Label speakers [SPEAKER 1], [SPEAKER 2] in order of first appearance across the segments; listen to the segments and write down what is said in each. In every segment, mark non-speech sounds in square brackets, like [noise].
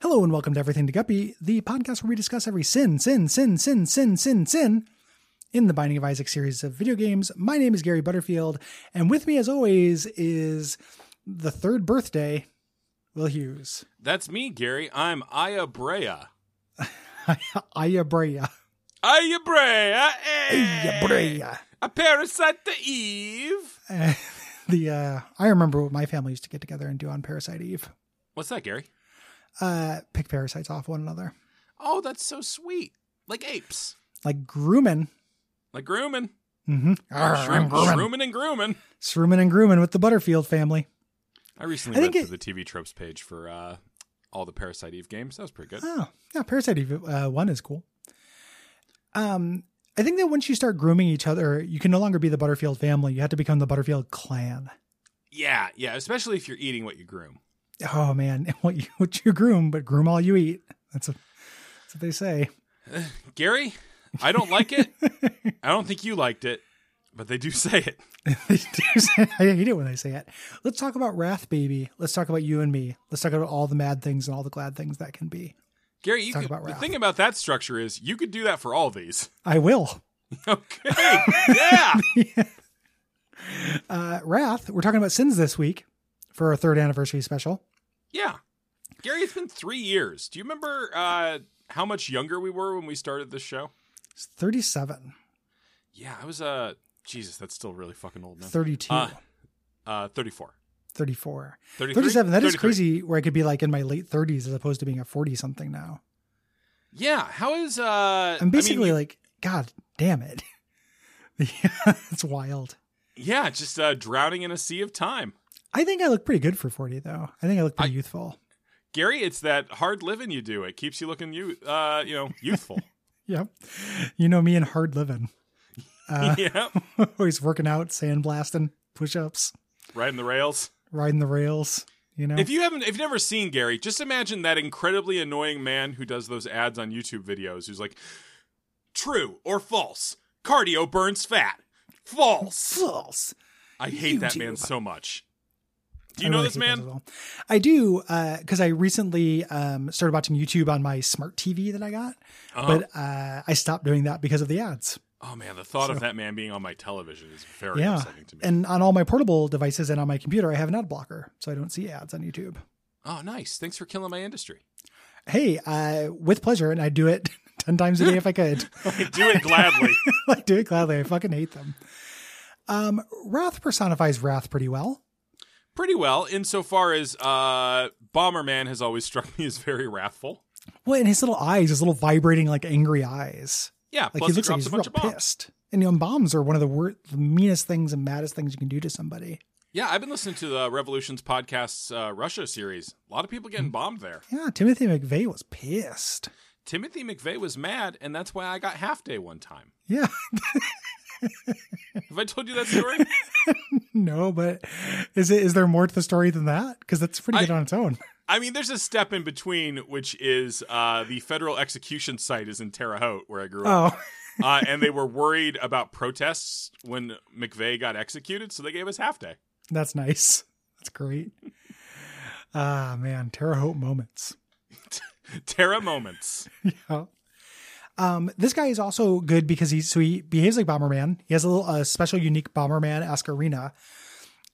[SPEAKER 1] Hello and welcome to Everything to Guppy, the podcast where we discuss every sin, sin, sin, sin, sin, sin, sin in the Binding of Isaac series of video games. My name is Gary Butterfield, and with me, as always, is the third birthday, Will Hughes. [laughs]
[SPEAKER 2] That's me, Gary. I'm Aya Brea.
[SPEAKER 1] Aya Brea.
[SPEAKER 2] Aya Brea. eh.
[SPEAKER 1] Aya Brea.
[SPEAKER 2] A parasite the Eve.
[SPEAKER 1] Uh, [laughs] the uh, I remember what my family used to get together and do on Parasite Eve.
[SPEAKER 2] What's that, Gary?
[SPEAKER 1] Uh, pick parasites off one another,
[SPEAKER 2] Oh, that's so sweet. Like apes.
[SPEAKER 1] like grooming.
[SPEAKER 2] Like grooming.
[SPEAKER 1] Mm-hmm.
[SPEAKER 2] Shroom, shrooming and grooming.
[SPEAKER 1] Shrooming and grooming with the Butterfield family.
[SPEAKER 2] I recently
[SPEAKER 1] I
[SPEAKER 2] went
[SPEAKER 1] think
[SPEAKER 2] to
[SPEAKER 1] it-
[SPEAKER 2] the TV tropes page for uh, all the Parasite Eve games. That was pretty good.
[SPEAKER 1] Oh, yeah, Parasite Eve uh, one is cool. Um, I think that once you start grooming each other, you can no longer be the Butterfield family. You have to become the Butterfield clan.
[SPEAKER 2] Yeah, yeah. Especially if you're eating what you groom.
[SPEAKER 1] Oh man, [laughs] what you what you groom, but groom all you eat. That's, a, that's what they say. [laughs]
[SPEAKER 2] Gary, I don't like it. I don't think you liked it, but they do say it.
[SPEAKER 1] They do say- [laughs] I hate it when they say it. Let's talk about Wrath Baby. Let's talk about you and me. Let's talk about all the mad things and all the glad things that can be.
[SPEAKER 2] Gary, you
[SPEAKER 1] Talk
[SPEAKER 2] could,
[SPEAKER 1] about
[SPEAKER 2] the
[SPEAKER 1] Ralph.
[SPEAKER 2] thing about that structure is you could do that for all these.
[SPEAKER 1] I will.
[SPEAKER 2] [laughs] Okay. yeah.
[SPEAKER 1] Uh, Wrath, we're talking about sins this week for our third anniversary special.
[SPEAKER 2] Yeah. Gary, it's been three years. Do you remember uh, how much younger we were when we started this show?
[SPEAKER 1] It's 37,
[SPEAKER 2] Yeah, I was, uh, Jesus, that's still really fucking old now.
[SPEAKER 1] 32,
[SPEAKER 2] Uh, Uh, 34.
[SPEAKER 1] 34.
[SPEAKER 2] 33?
[SPEAKER 1] 37 That is
[SPEAKER 2] 33.
[SPEAKER 1] crazy where i could be like in my late 30s as opposed to being a 40 something now
[SPEAKER 2] Yeah, how is, uh, I
[SPEAKER 1] i'm
[SPEAKER 2] mean,
[SPEAKER 1] basically like god damn it [laughs] yeah, it's wild
[SPEAKER 2] yeah, just uh, drowning in a sea of time.
[SPEAKER 1] i think i look pretty good for 40 though i think i look pretty
[SPEAKER 2] I-
[SPEAKER 1] youthful
[SPEAKER 2] Gary, it's that hard living you do. It keeps you looking, you, uh, you know, youthful.
[SPEAKER 1] yep you know me and hard
[SPEAKER 2] [laughs]
[SPEAKER 1] living [laughs] uh, [laughs]
[SPEAKER 2] yeah,
[SPEAKER 1] always working out sandblasting push-ups
[SPEAKER 2] riding the rails.
[SPEAKER 1] riding the rails you know
[SPEAKER 2] If you haven't, if you've never seen Gary, just imagine that incredibly annoying man who does those ads on YouTube videos who's like, true or false, cardio burns fat. False.
[SPEAKER 1] False.
[SPEAKER 2] I hate that man
[SPEAKER 1] YouTube.
[SPEAKER 2] so much. Do
[SPEAKER 1] I
[SPEAKER 2] you know
[SPEAKER 1] really
[SPEAKER 2] this
[SPEAKER 1] hate those
[SPEAKER 2] man?
[SPEAKER 1] as well. I do, because I recently um, started watching YouTube on my smart TV that I got,
[SPEAKER 2] Uh-huh.
[SPEAKER 1] but uh, I stopped doing that because of the ads.
[SPEAKER 2] oh man, the thought of that man being on my television is very
[SPEAKER 1] Yeah.
[SPEAKER 2] upsetting to me.
[SPEAKER 1] and on all my portable devices and on my computer, I have an ad blocker, so I don't see ads on YouTube.
[SPEAKER 2] oh, nice. Thanks for killing my industry.
[SPEAKER 1] Hey, uh, with pleasure, and I do it [laughs] ten times a day if [laughs] I could. [laughs]
[SPEAKER 2] Do it gladly.
[SPEAKER 1] I do it gladly. I fucking hate them. Um, Wrath personifies Wrath pretty well.
[SPEAKER 2] Pretty well, insofar as uh, Bomberman has always struck me as very wrathful.
[SPEAKER 1] Well, and his little eyes, his little vibrating like angry eyes,
[SPEAKER 2] Yeah,
[SPEAKER 1] like
[SPEAKER 2] plus
[SPEAKER 1] he
[SPEAKER 2] he,
[SPEAKER 1] looks like
[SPEAKER 2] drops
[SPEAKER 1] he's
[SPEAKER 2] a bunch
[SPEAKER 1] real
[SPEAKER 2] of bombs.
[SPEAKER 1] pissed. And you know, bombs are one of the worst, the meanest things and maddest things you can do to somebody.
[SPEAKER 2] Yeah, I've been listening to the Revolutions podcast's uh, Russia series. A lot of people getting bombed there.
[SPEAKER 1] Yeah, Timothy McVeigh was pissed.
[SPEAKER 2] Timothy McVeigh was mad, and that's why I got half day one time.
[SPEAKER 1] Yeah, [laughs]
[SPEAKER 2] Have I told you that story?
[SPEAKER 1] no, but is it is there more to the story than that? Because that's pretty
[SPEAKER 2] I-
[SPEAKER 1] good on its own.
[SPEAKER 2] I mean, there's a step in between, which is uh, the federal execution site is in Terre Haute, where I grew up,
[SPEAKER 1] Oh. [laughs]
[SPEAKER 2] uh, and they were worried about protests when McVeigh got executed, so they gave us half day.
[SPEAKER 1] That's nice. That's great. Ah, man, Terre Haute moments.
[SPEAKER 2] Terra moments.
[SPEAKER 1] Yeah. Um, this guy is also good because he so he behaves like Bomberman. He has a little uh, special, unique Bomberman esque arena,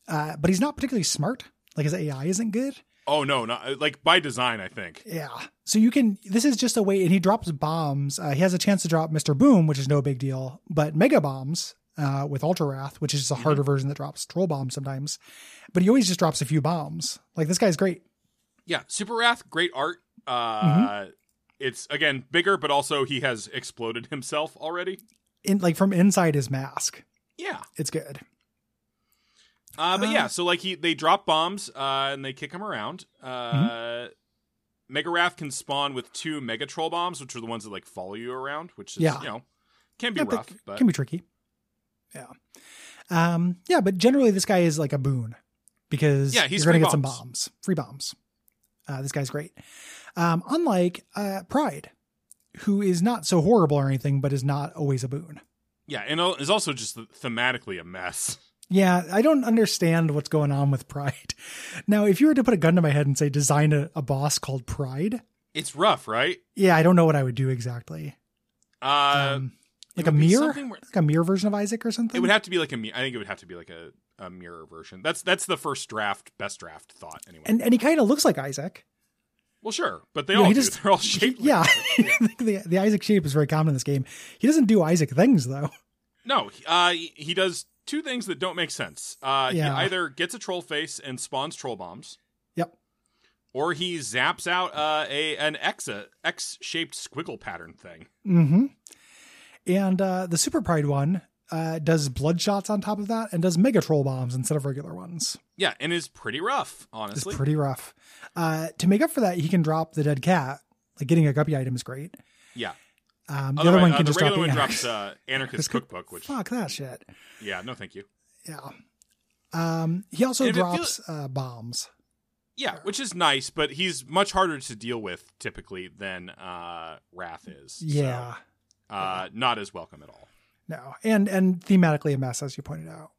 [SPEAKER 1] uh, but he's not particularly smart. Like his AI isn't good.
[SPEAKER 2] Oh no, not like by design. I think.
[SPEAKER 1] Yeah. So you can. This is just a way, and he drops bombs. Uh, he has a chance to drop Mr. Boom, which is no big deal, but Mega Bombs uh, with Ultra Wrath, which is just a harder version that drops troll bombs sometimes. But he always just drops a few bombs. Like this guy's great.
[SPEAKER 2] Yeah, Super Wrath, great art. Uh,
[SPEAKER 1] Mm-hmm.
[SPEAKER 2] It's again bigger, but also he has exploded [laughs] himself already.
[SPEAKER 1] in like from inside his mask.
[SPEAKER 2] Yeah.
[SPEAKER 1] It's good.
[SPEAKER 2] Uh, but
[SPEAKER 1] Uh,
[SPEAKER 2] yeah, so like he, they drop bombs uh, and they kick him around. Uh,
[SPEAKER 1] Mm-hmm.
[SPEAKER 2] Mega Wrath can spawn with two Mega Troll bombs, which are the ones that like follow you around, which is
[SPEAKER 1] Yeah.
[SPEAKER 2] you know can be
[SPEAKER 1] Not that-
[SPEAKER 2] rough. But
[SPEAKER 1] Can be tricky. Yeah. Um, yeah, but generally this guy is like a boon because
[SPEAKER 2] Yeah, he's
[SPEAKER 1] you're gonna get
[SPEAKER 2] free
[SPEAKER 1] some
[SPEAKER 2] bombs.
[SPEAKER 1] bombs. Free bombs. Uh, this guy's great. Um, unlike uh, Pride, who is not so horrible or anything, but is not always a boon.
[SPEAKER 2] yeah, and al- is also just thematically a mess. [laughs]
[SPEAKER 1] Yeah, I don't understand what's [laughs] going on with Pride. Now, if you were to put a gun to my head and say design a, a boss called Pride,
[SPEAKER 2] It's rough, right?
[SPEAKER 1] Yeah, I don't know what I would do exactly.
[SPEAKER 2] Uh,
[SPEAKER 1] Um,
[SPEAKER 2] it
[SPEAKER 1] like a
[SPEAKER 2] would be
[SPEAKER 1] mirror,
[SPEAKER 2] something where-
[SPEAKER 1] like a mirror version of Isaac or something.
[SPEAKER 2] it would have to be like a. mi- I think it would have to be like a, a mirror version. That's that's the first draft, best draft thought anyway.
[SPEAKER 1] and and he kind of looks like Isaac.
[SPEAKER 2] well, sure, but they
[SPEAKER 1] You know,
[SPEAKER 2] all
[SPEAKER 1] he
[SPEAKER 2] do.
[SPEAKER 1] just-
[SPEAKER 2] [laughs] They're all shaped. like-
[SPEAKER 1] Yeah, [laughs] the the Isaac shape is very common in this game. He doesn't do Isaac things though.
[SPEAKER 2] No, he- uh, he he does two things that don't make sense. Uh,
[SPEAKER 1] Yeah.
[SPEAKER 2] He either gets a troll face and spawns troll bombs.
[SPEAKER 1] Yep.
[SPEAKER 2] Or he zaps out uh, a an X X shaped squiggle pattern thing.
[SPEAKER 1] Mm-hmm. And uh, the Super Pride one uh, does blood shots on top of that and does mega troll bombs instead of regular ones.
[SPEAKER 2] Yeah, and is pretty rough,
[SPEAKER 1] It's
[SPEAKER 2] honestly.
[SPEAKER 1] pretty rough. Uh, to make up for that, he can drop the dead cat. Like getting a guppy item is great.
[SPEAKER 2] yeah.
[SPEAKER 1] Um, the
[SPEAKER 2] Otherwise,
[SPEAKER 1] other one
[SPEAKER 2] uh,
[SPEAKER 1] can
[SPEAKER 2] the
[SPEAKER 1] just drop
[SPEAKER 2] regular one
[SPEAKER 1] [laughs] the-
[SPEAKER 2] drops uh, Anarchist
[SPEAKER 1] Just cook-
[SPEAKER 2] Cookbook, which
[SPEAKER 1] Fuck that shit.
[SPEAKER 2] yeah, no, thank you.
[SPEAKER 1] Yeah. Um, he also
[SPEAKER 2] And if it
[SPEAKER 1] drops uh, bombs.
[SPEAKER 2] Yeah, which is nice, but he's much harder to deal with typically than uh, Wrath is. So,
[SPEAKER 1] Yeah.
[SPEAKER 2] uh, not as welcome at all.
[SPEAKER 1] No. And and thematically a mess, as you pointed out.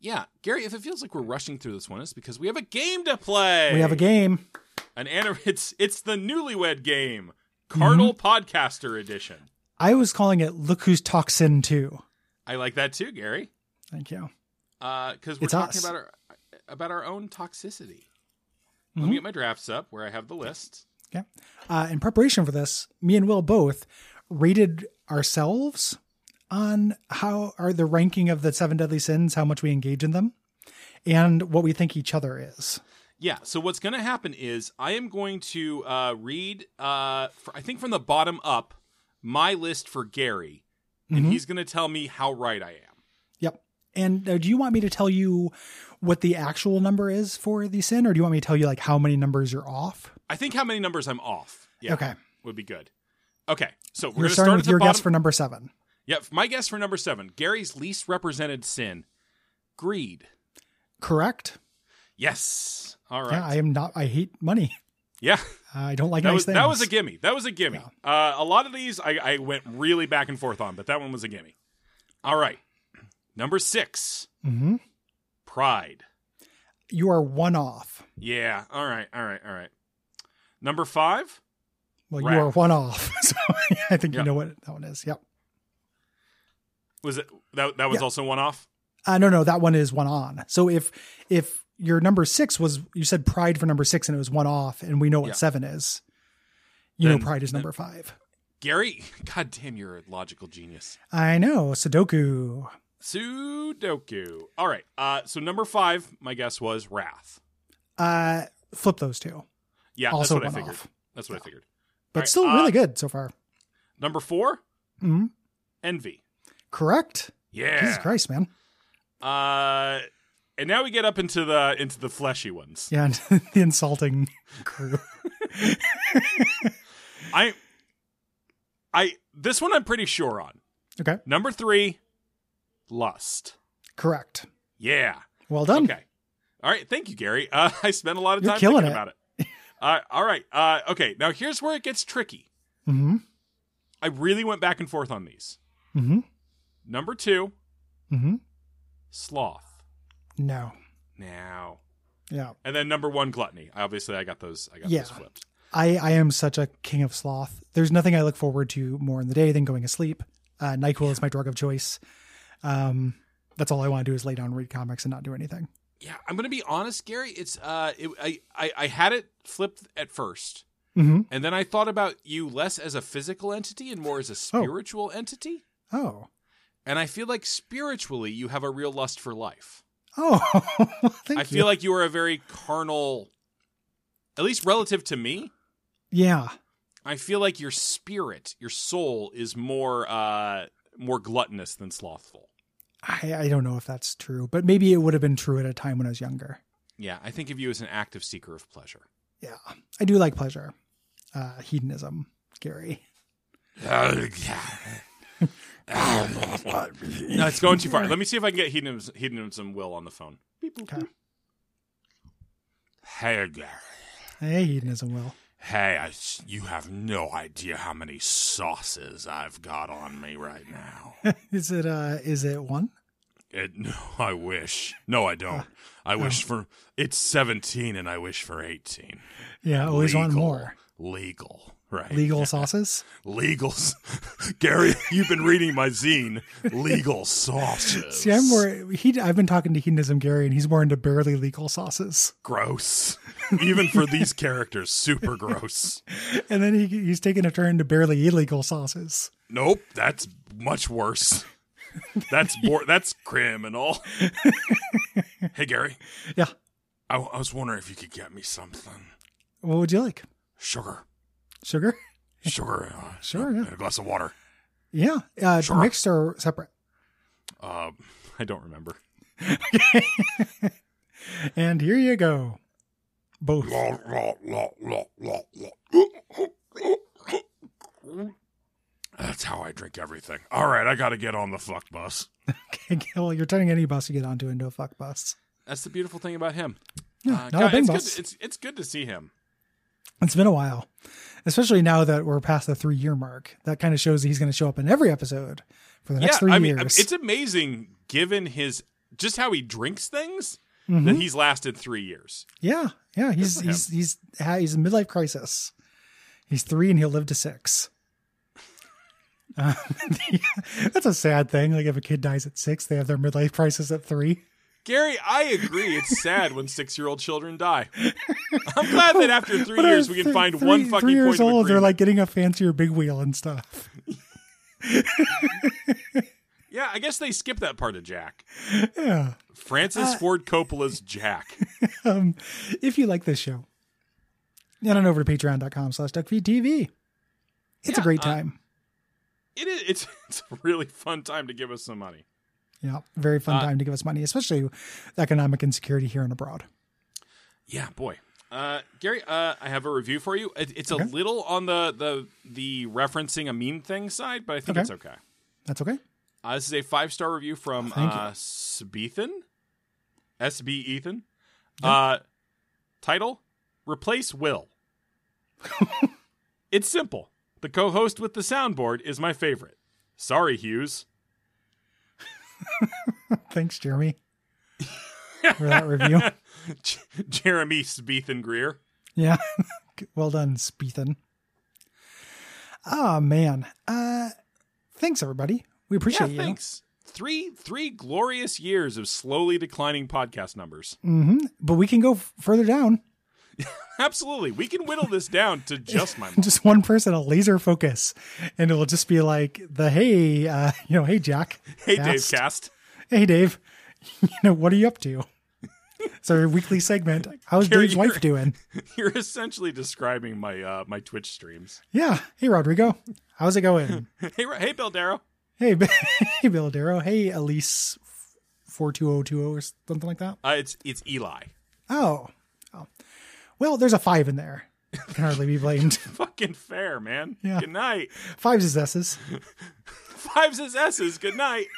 [SPEAKER 2] Yeah, Gary, if it feels like we're rushing through this one, it's because we have a game to play.
[SPEAKER 1] We have a game.
[SPEAKER 2] An anim- it's it's the newlywed game, Carnal
[SPEAKER 1] Mm-hmm.
[SPEAKER 2] Podcaster Edition.
[SPEAKER 1] I was calling it Look Who's Toxin 2.
[SPEAKER 2] I like that too, Gary,
[SPEAKER 1] Thank you.
[SPEAKER 2] because we're
[SPEAKER 1] It's
[SPEAKER 2] talking
[SPEAKER 1] us.
[SPEAKER 2] about our about our own toxicity. Let
[SPEAKER 1] Mhm.
[SPEAKER 2] me get my drafts up where I have the list.
[SPEAKER 1] Uh, in preparation for this, me and Will both rated ourselves on how are the ranking of the seven deadly sins, how much we engage in them, and what we think each other is.
[SPEAKER 2] Yeah. So what's going to happen is I am going to uh, read, uh, fr I think from the bottom up, my list for Gary, and
[SPEAKER 1] Mhm.
[SPEAKER 2] he's going to tell me how right I am.
[SPEAKER 1] Yep. And uh, do you want me to tell you what the actual number is for the sin, or do you want me to tell you like how many numbers you're off?
[SPEAKER 2] I think how many numbers I'm off. Yeah.
[SPEAKER 1] Okay.
[SPEAKER 2] Would be good. Okay. So we're
[SPEAKER 1] You're
[SPEAKER 2] going to start
[SPEAKER 1] starting
[SPEAKER 2] at
[SPEAKER 1] with
[SPEAKER 2] the
[SPEAKER 1] your
[SPEAKER 2] bottom.
[SPEAKER 1] guess for number seven.
[SPEAKER 2] yeah. My guess for number seven, Gary's least represented sin, greed.
[SPEAKER 1] Correct?
[SPEAKER 2] Yes. All right.
[SPEAKER 1] Yeah, I am not. I hate money. [laughs]
[SPEAKER 2] yeah.
[SPEAKER 1] Uh, I don't like
[SPEAKER 2] That
[SPEAKER 1] nice
[SPEAKER 2] was
[SPEAKER 1] things.
[SPEAKER 2] that was a gimme. That was a gimme. Uh, a lot of these I, I went really back and forth on, but that one was a gimme. All right. Number six,
[SPEAKER 1] Mhm.
[SPEAKER 2] pride.
[SPEAKER 1] You are one off.
[SPEAKER 2] Yeah. All right. All right. All right. Number five,
[SPEAKER 1] Well, you
[SPEAKER 2] Wrath.
[SPEAKER 1] are one off. [laughs] so I think
[SPEAKER 2] Yeah.
[SPEAKER 1] you know what that one is. Yep.
[SPEAKER 2] was it that that was
[SPEAKER 1] Yeah.
[SPEAKER 2] also one off?
[SPEAKER 1] Uh, no, no, that one is one on. So if if your number six was you said pride for number six and it was one off, and we know what
[SPEAKER 2] Yeah.
[SPEAKER 1] seven is, you
[SPEAKER 2] Then-
[SPEAKER 1] know pride is
[SPEAKER 2] then-
[SPEAKER 1] number five.
[SPEAKER 2] Gary, [laughs] god damn, you're a logical genius.
[SPEAKER 1] I know Sudoku.
[SPEAKER 2] Sudoku. All right. Uh, so number five, my guess was wrath.
[SPEAKER 1] Uh, flip those two,
[SPEAKER 2] Yeah,
[SPEAKER 1] also
[SPEAKER 2] that's what I
[SPEAKER 1] one
[SPEAKER 2] figured.
[SPEAKER 1] off,
[SPEAKER 2] That's what I figured.
[SPEAKER 1] but
[SPEAKER 2] All right,
[SPEAKER 1] still
[SPEAKER 2] uh,
[SPEAKER 1] really good so far.
[SPEAKER 2] Number four,
[SPEAKER 1] Mhm.
[SPEAKER 2] envy.
[SPEAKER 1] Correct.
[SPEAKER 2] Yeah.
[SPEAKER 1] Jesus Christ, man.
[SPEAKER 2] Uh, and now we get up into the into the fleshy ones.
[SPEAKER 1] Yeah, [laughs] and the insulting [laughs] crew.
[SPEAKER 2] I, I this one I'm pretty sure on.
[SPEAKER 1] Okay,
[SPEAKER 2] Number three, lust.
[SPEAKER 1] correct.
[SPEAKER 2] Yeah.
[SPEAKER 1] Well done.
[SPEAKER 2] Okay. All right. Thank you, Gary. Uh, [laughs] I spent a lot of
[SPEAKER 1] You're
[SPEAKER 2] time
[SPEAKER 1] killing
[SPEAKER 2] thinking
[SPEAKER 1] it.
[SPEAKER 2] about it. Uh, all right. Uh, okay. Now here's where it gets tricky.
[SPEAKER 1] Mm-hmm.
[SPEAKER 2] I really went back and forth on these.
[SPEAKER 1] Mm-hmm.
[SPEAKER 2] Number two,
[SPEAKER 1] Mm-hmm.
[SPEAKER 2] sloth.
[SPEAKER 1] No.
[SPEAKER 2] Now.
[SPEAKER 1] Yeah.
[SPEAKER 2] And then number one, gluttony. Obviously, I got those. I got
[SPEAKER 1] Yeah.
[SPEAKER 2] those flipped.
[SPEAKER 1] I, I am such a king of sloth. There's nothing I look forward to more in the day than going to sleep. Uh, NyQuil is my drug of choice. Um, that's all I want to do is lay down, read comics, and not do anything.
[SPEAKER 2] Yeah, I'm gonna be honest, Gary. It's uh, it, I, I I had it flipped at first,
[SPEAKER 1] Mm-hmm.
[SPEAKER 2] and then I thought about you less as a physical entity and more as a spiritual entity.
[SPEAKER 1] Oh.
[SPEAKER 2] And I feel like spiritually, you have a real lust for life.
[SPEAKER 1] Oh. [laughs] Thank
[SPEAKER 2] I
[SPEAKER 1] you.
[SPEAKER 2] feel like you are a very carnal, at least relative to me.
[SPEAKER 1] yeah.
[SPEAKER 2] I feel like your spirit, your soul, is more uh more gluttonous than slothful.
[SPEAKER 1] I, I don't know if that's true, but maybe it would have been true at a time when I was younger.
[SPEAKER 2] Yeah, I think of you as an active seeker of pleasure.
[SPEAKER 1] Yeah. I do like pleasure. Uh, hedonism, Gary.
[SPEAKER 2] No,
[SPEAKER 1] [laughs]
[SPEAKER 2] it's going too far. Let me see if I can get hedonism, hedonism Will on the phone.
[SPEAKER 1] Okay.
[SPEAKER 2] Hey, Gary.
[SPEAKER 1] Hey, hedonism, Will.
[SPEAKER 2] Hey, I s you have no idea how many sauces I've got on me right now. [laughs]
[SPEAKER 1] Is it uh is it one?
[SPEAKER 2] It, no, I wish. No, I don't. I wish for it's 17 and I wish for 18.
[SPEAKER 1] Yeah, always one
[SPEAKER 2] Legal.
[SPEAKER 1] more.
[SPEAKER 2] legal, right?
[SPEAKER 1] Legal sauces.
[SPEAKER 2] Legals. [laughs] Gary, you've been reading my zine, Legal Sauces.
[SPEAKER 1] See, I'm more he. I've been talking to hedonism Gary, and he's more into barely legal sauces. [laughs]
[SPEAKER 2] gross. Even for these characters, super gross.
[SPEAKER 1] And then he, he's taking a turn to barely illegal sauces.
[SPEAKER 2] Nope, that's much worse.
[SPEAKER 1] [laughs]
[SPEAKER 2] That's more that's criminal. hey Gary,
[SPEAKER 1] Yeah.
[SPEAKER 2] I, I was wondering if you could get me something.
[SPEAKER 1] What would you like?
[SPEAKER 2] Sugar.
[SPEAKER 1] Sugar?
[SPEAKER 2] Sugar. Uh,
[SPEAKER 1] Sure,
[SPEAKER 2] and
[SPEAKER 1] yeah.
[SPEAKER 2] a glass of water.
[SPEAKER 1] Yeah. Uh,
[SPEAKER 2] Sure.
[SPEAKER 1] Mixed or separate?
[SPEAKER 2] Uh, I don't remember.
[SPEAKER 1] And here you go. Both. [laughs]
[SPEAKER 2] That's how I drink everything. All right, I got to get on the fuck bus.
[SPEAKER 1] Okay, well, you're turning any bus you get onto into a fuck bus.
[SPEAKER 2] That's the beautiful thing about him.
[SPEAKER 1] Yeah,
[SPEAKER 2] Uh,
[SPEAKER 1] not a
[SPEAKER 2] God,
[SPEAKER 1] bing
[SPEAKER 2] it's,
[SPEAKER 1] bus.
[SPEAKER 2] Good, it's it's good to see him.
[SPEAKER 1] It's been a while, especially now that we're past the three year mark. That kind of shows that he's going to show up in every episode for the next
[SPEAKER 2] yeah,
[SPEAKER 1] three
[SPEAKER 2] I mean,
[SPEAKER 1] years.
[SPEAKER 2] it's amazing given his just how he drinks things
[SPEAKER 1] Mhm.
[SPEAKER 2] that he's lasted three years.
[SPEAKER 1] yeah, yeah. He's
[SPEAKER 2] for him.
[SPEAKER 1] he's he's ha- he's in midlife crisis. He's three and he'll live to six. Um, [laughs] that's a sad thing. Like if a kid dies at six, they have their midlife crisis at three.
[SPEAKER 2] Gary, I agree. It's sad when six-year-old children die. I'm glad that after three
[SPEAKER 1] But, uh,
[SPEAKER 2] years we can
[SPEAKER 1] th-
[SPEAKER 2] find
[SPEAKER 1] three-
[SPEAKER 2] one fucking
[SPEAKER 1] three years
[SPEAKER 2] point of
[SPEAKER 1] old. They're
[SPEAKER 2] agreement.
[SPEAKER 1] like getting a fancier big wheel and stuff.
[SPEAKER 2] yeah, I guess they skip that part of Jack.
[SPEAKER 1] Yeah. Uh,
[SPEAKER 2] Francis Ford Coppola's Jack.
[SPEAKER 1] um, if you like this show, head on over to patreon.com slash duckfeedtv. It's a
[SPEAKER 2] Yeah,
[SPEAKER 1] great
[SPEAKER 2] uh,
[SPEAKER 1] time.
[SPEAKER 2] It is. It's [laughs] it's a really fun time to give us some money.
[SPEAKER 1] yeah, very fun
[SPEAKER 2] uh,
[SPEAKER 1] time to give us money, especially with economic insecurity here and abroad.
[SPEAKER 2] Yeah, boy. Uh, Gary, uh, I have a review for you. It, it's
[SPEAKER 1] Okay.
[SPEAKER 2] a little on the the the referencing a mean thing side, but I think
[SPEAKER 1] Okay.
[SPEAKER 2] it's okay.
[SPEAKER 1] That's okay.
[SPEAKER 2] Uh, this is a five star review from
[SPEAKER 1] Oh, Thank you.
[SPEAKER 2] uh, Sbethan. S B Ethan. Uh, title:
[SPEAKER 1] [laughs]
[SPEAKER 2] Replace Will. it's simple. The co-host with the soundboard is my favorite. Sorry, Hughes. [laughs]
[SPEAKER 1] Thanks, Jeremy, for that
[SPEAKER 2] [laughs]
[SPEAKER 1] review.
[SPEAKER 2] J- Jeremy Sbethan Greer.
[SPEAKER 1] Yeah. [laughs] well done, Speethan. Ah, man. Uh, thanks, everybody. We appreciate
[SPEAKER 2] yeah,
[SPEAKER 1] you.
[SPEAKER 2] thanks. Three three glorious years of slowly declining podcast numbers.
[SPEAKER 1] hmm But we can go f- further down. [laughs]
[SPEAKER 2] Absolutely, we can whittle this down to
[SPEAKER 1] [laughs]
[SPEAKER 2] just my. mom.
[SPEAKER 1] Just one person, a laser focus, and it will just be like the hey, uh, [laughs] you know, hey Jack,
[SPEAKER 2] Hey,
[SPEAKER 1] cast.
[SPEAKER 2] Dave Cast.
[SPEAKER 1] hey Dave, [laughs] you know what are you up to? So our weekly
[SPEAKER 2] [laughs]
[SPEAKER 1] segment. How's
[SPEAKER 2] Gary,
[SPEAKER 1] Dave's wife doing?
[SPEAKER 2] [laughs] You're essentially describing my uh, my Twitch streams.
[SPEAKER 1] Yeah. Hey Rodrigo, how's it
[SPEAKER 2] [laughs]
[SPEAKER 1] going?
[SPEAKER 2] Hey, Ro- hey, Bill Darrow.
[SPEAKER 1] hey, [laughs] B- hey Bill Darrow. Hey Elise, four two zero two zero or something like that.
[SPEAKER 2] Uh, it's it's Eli.
[SPEAKER 1] Oh, oh. Well, there's a five in there. Can hardly be blamed. [laughs]
[SPEAKER 2] Fucking fair, man.
[SPEAKER 1] Yeah.
[SPEAKER 2] Good night.
[SPEAKER 1] Fives is S's.
[SPEAKER 2] Fives is S's. Good night.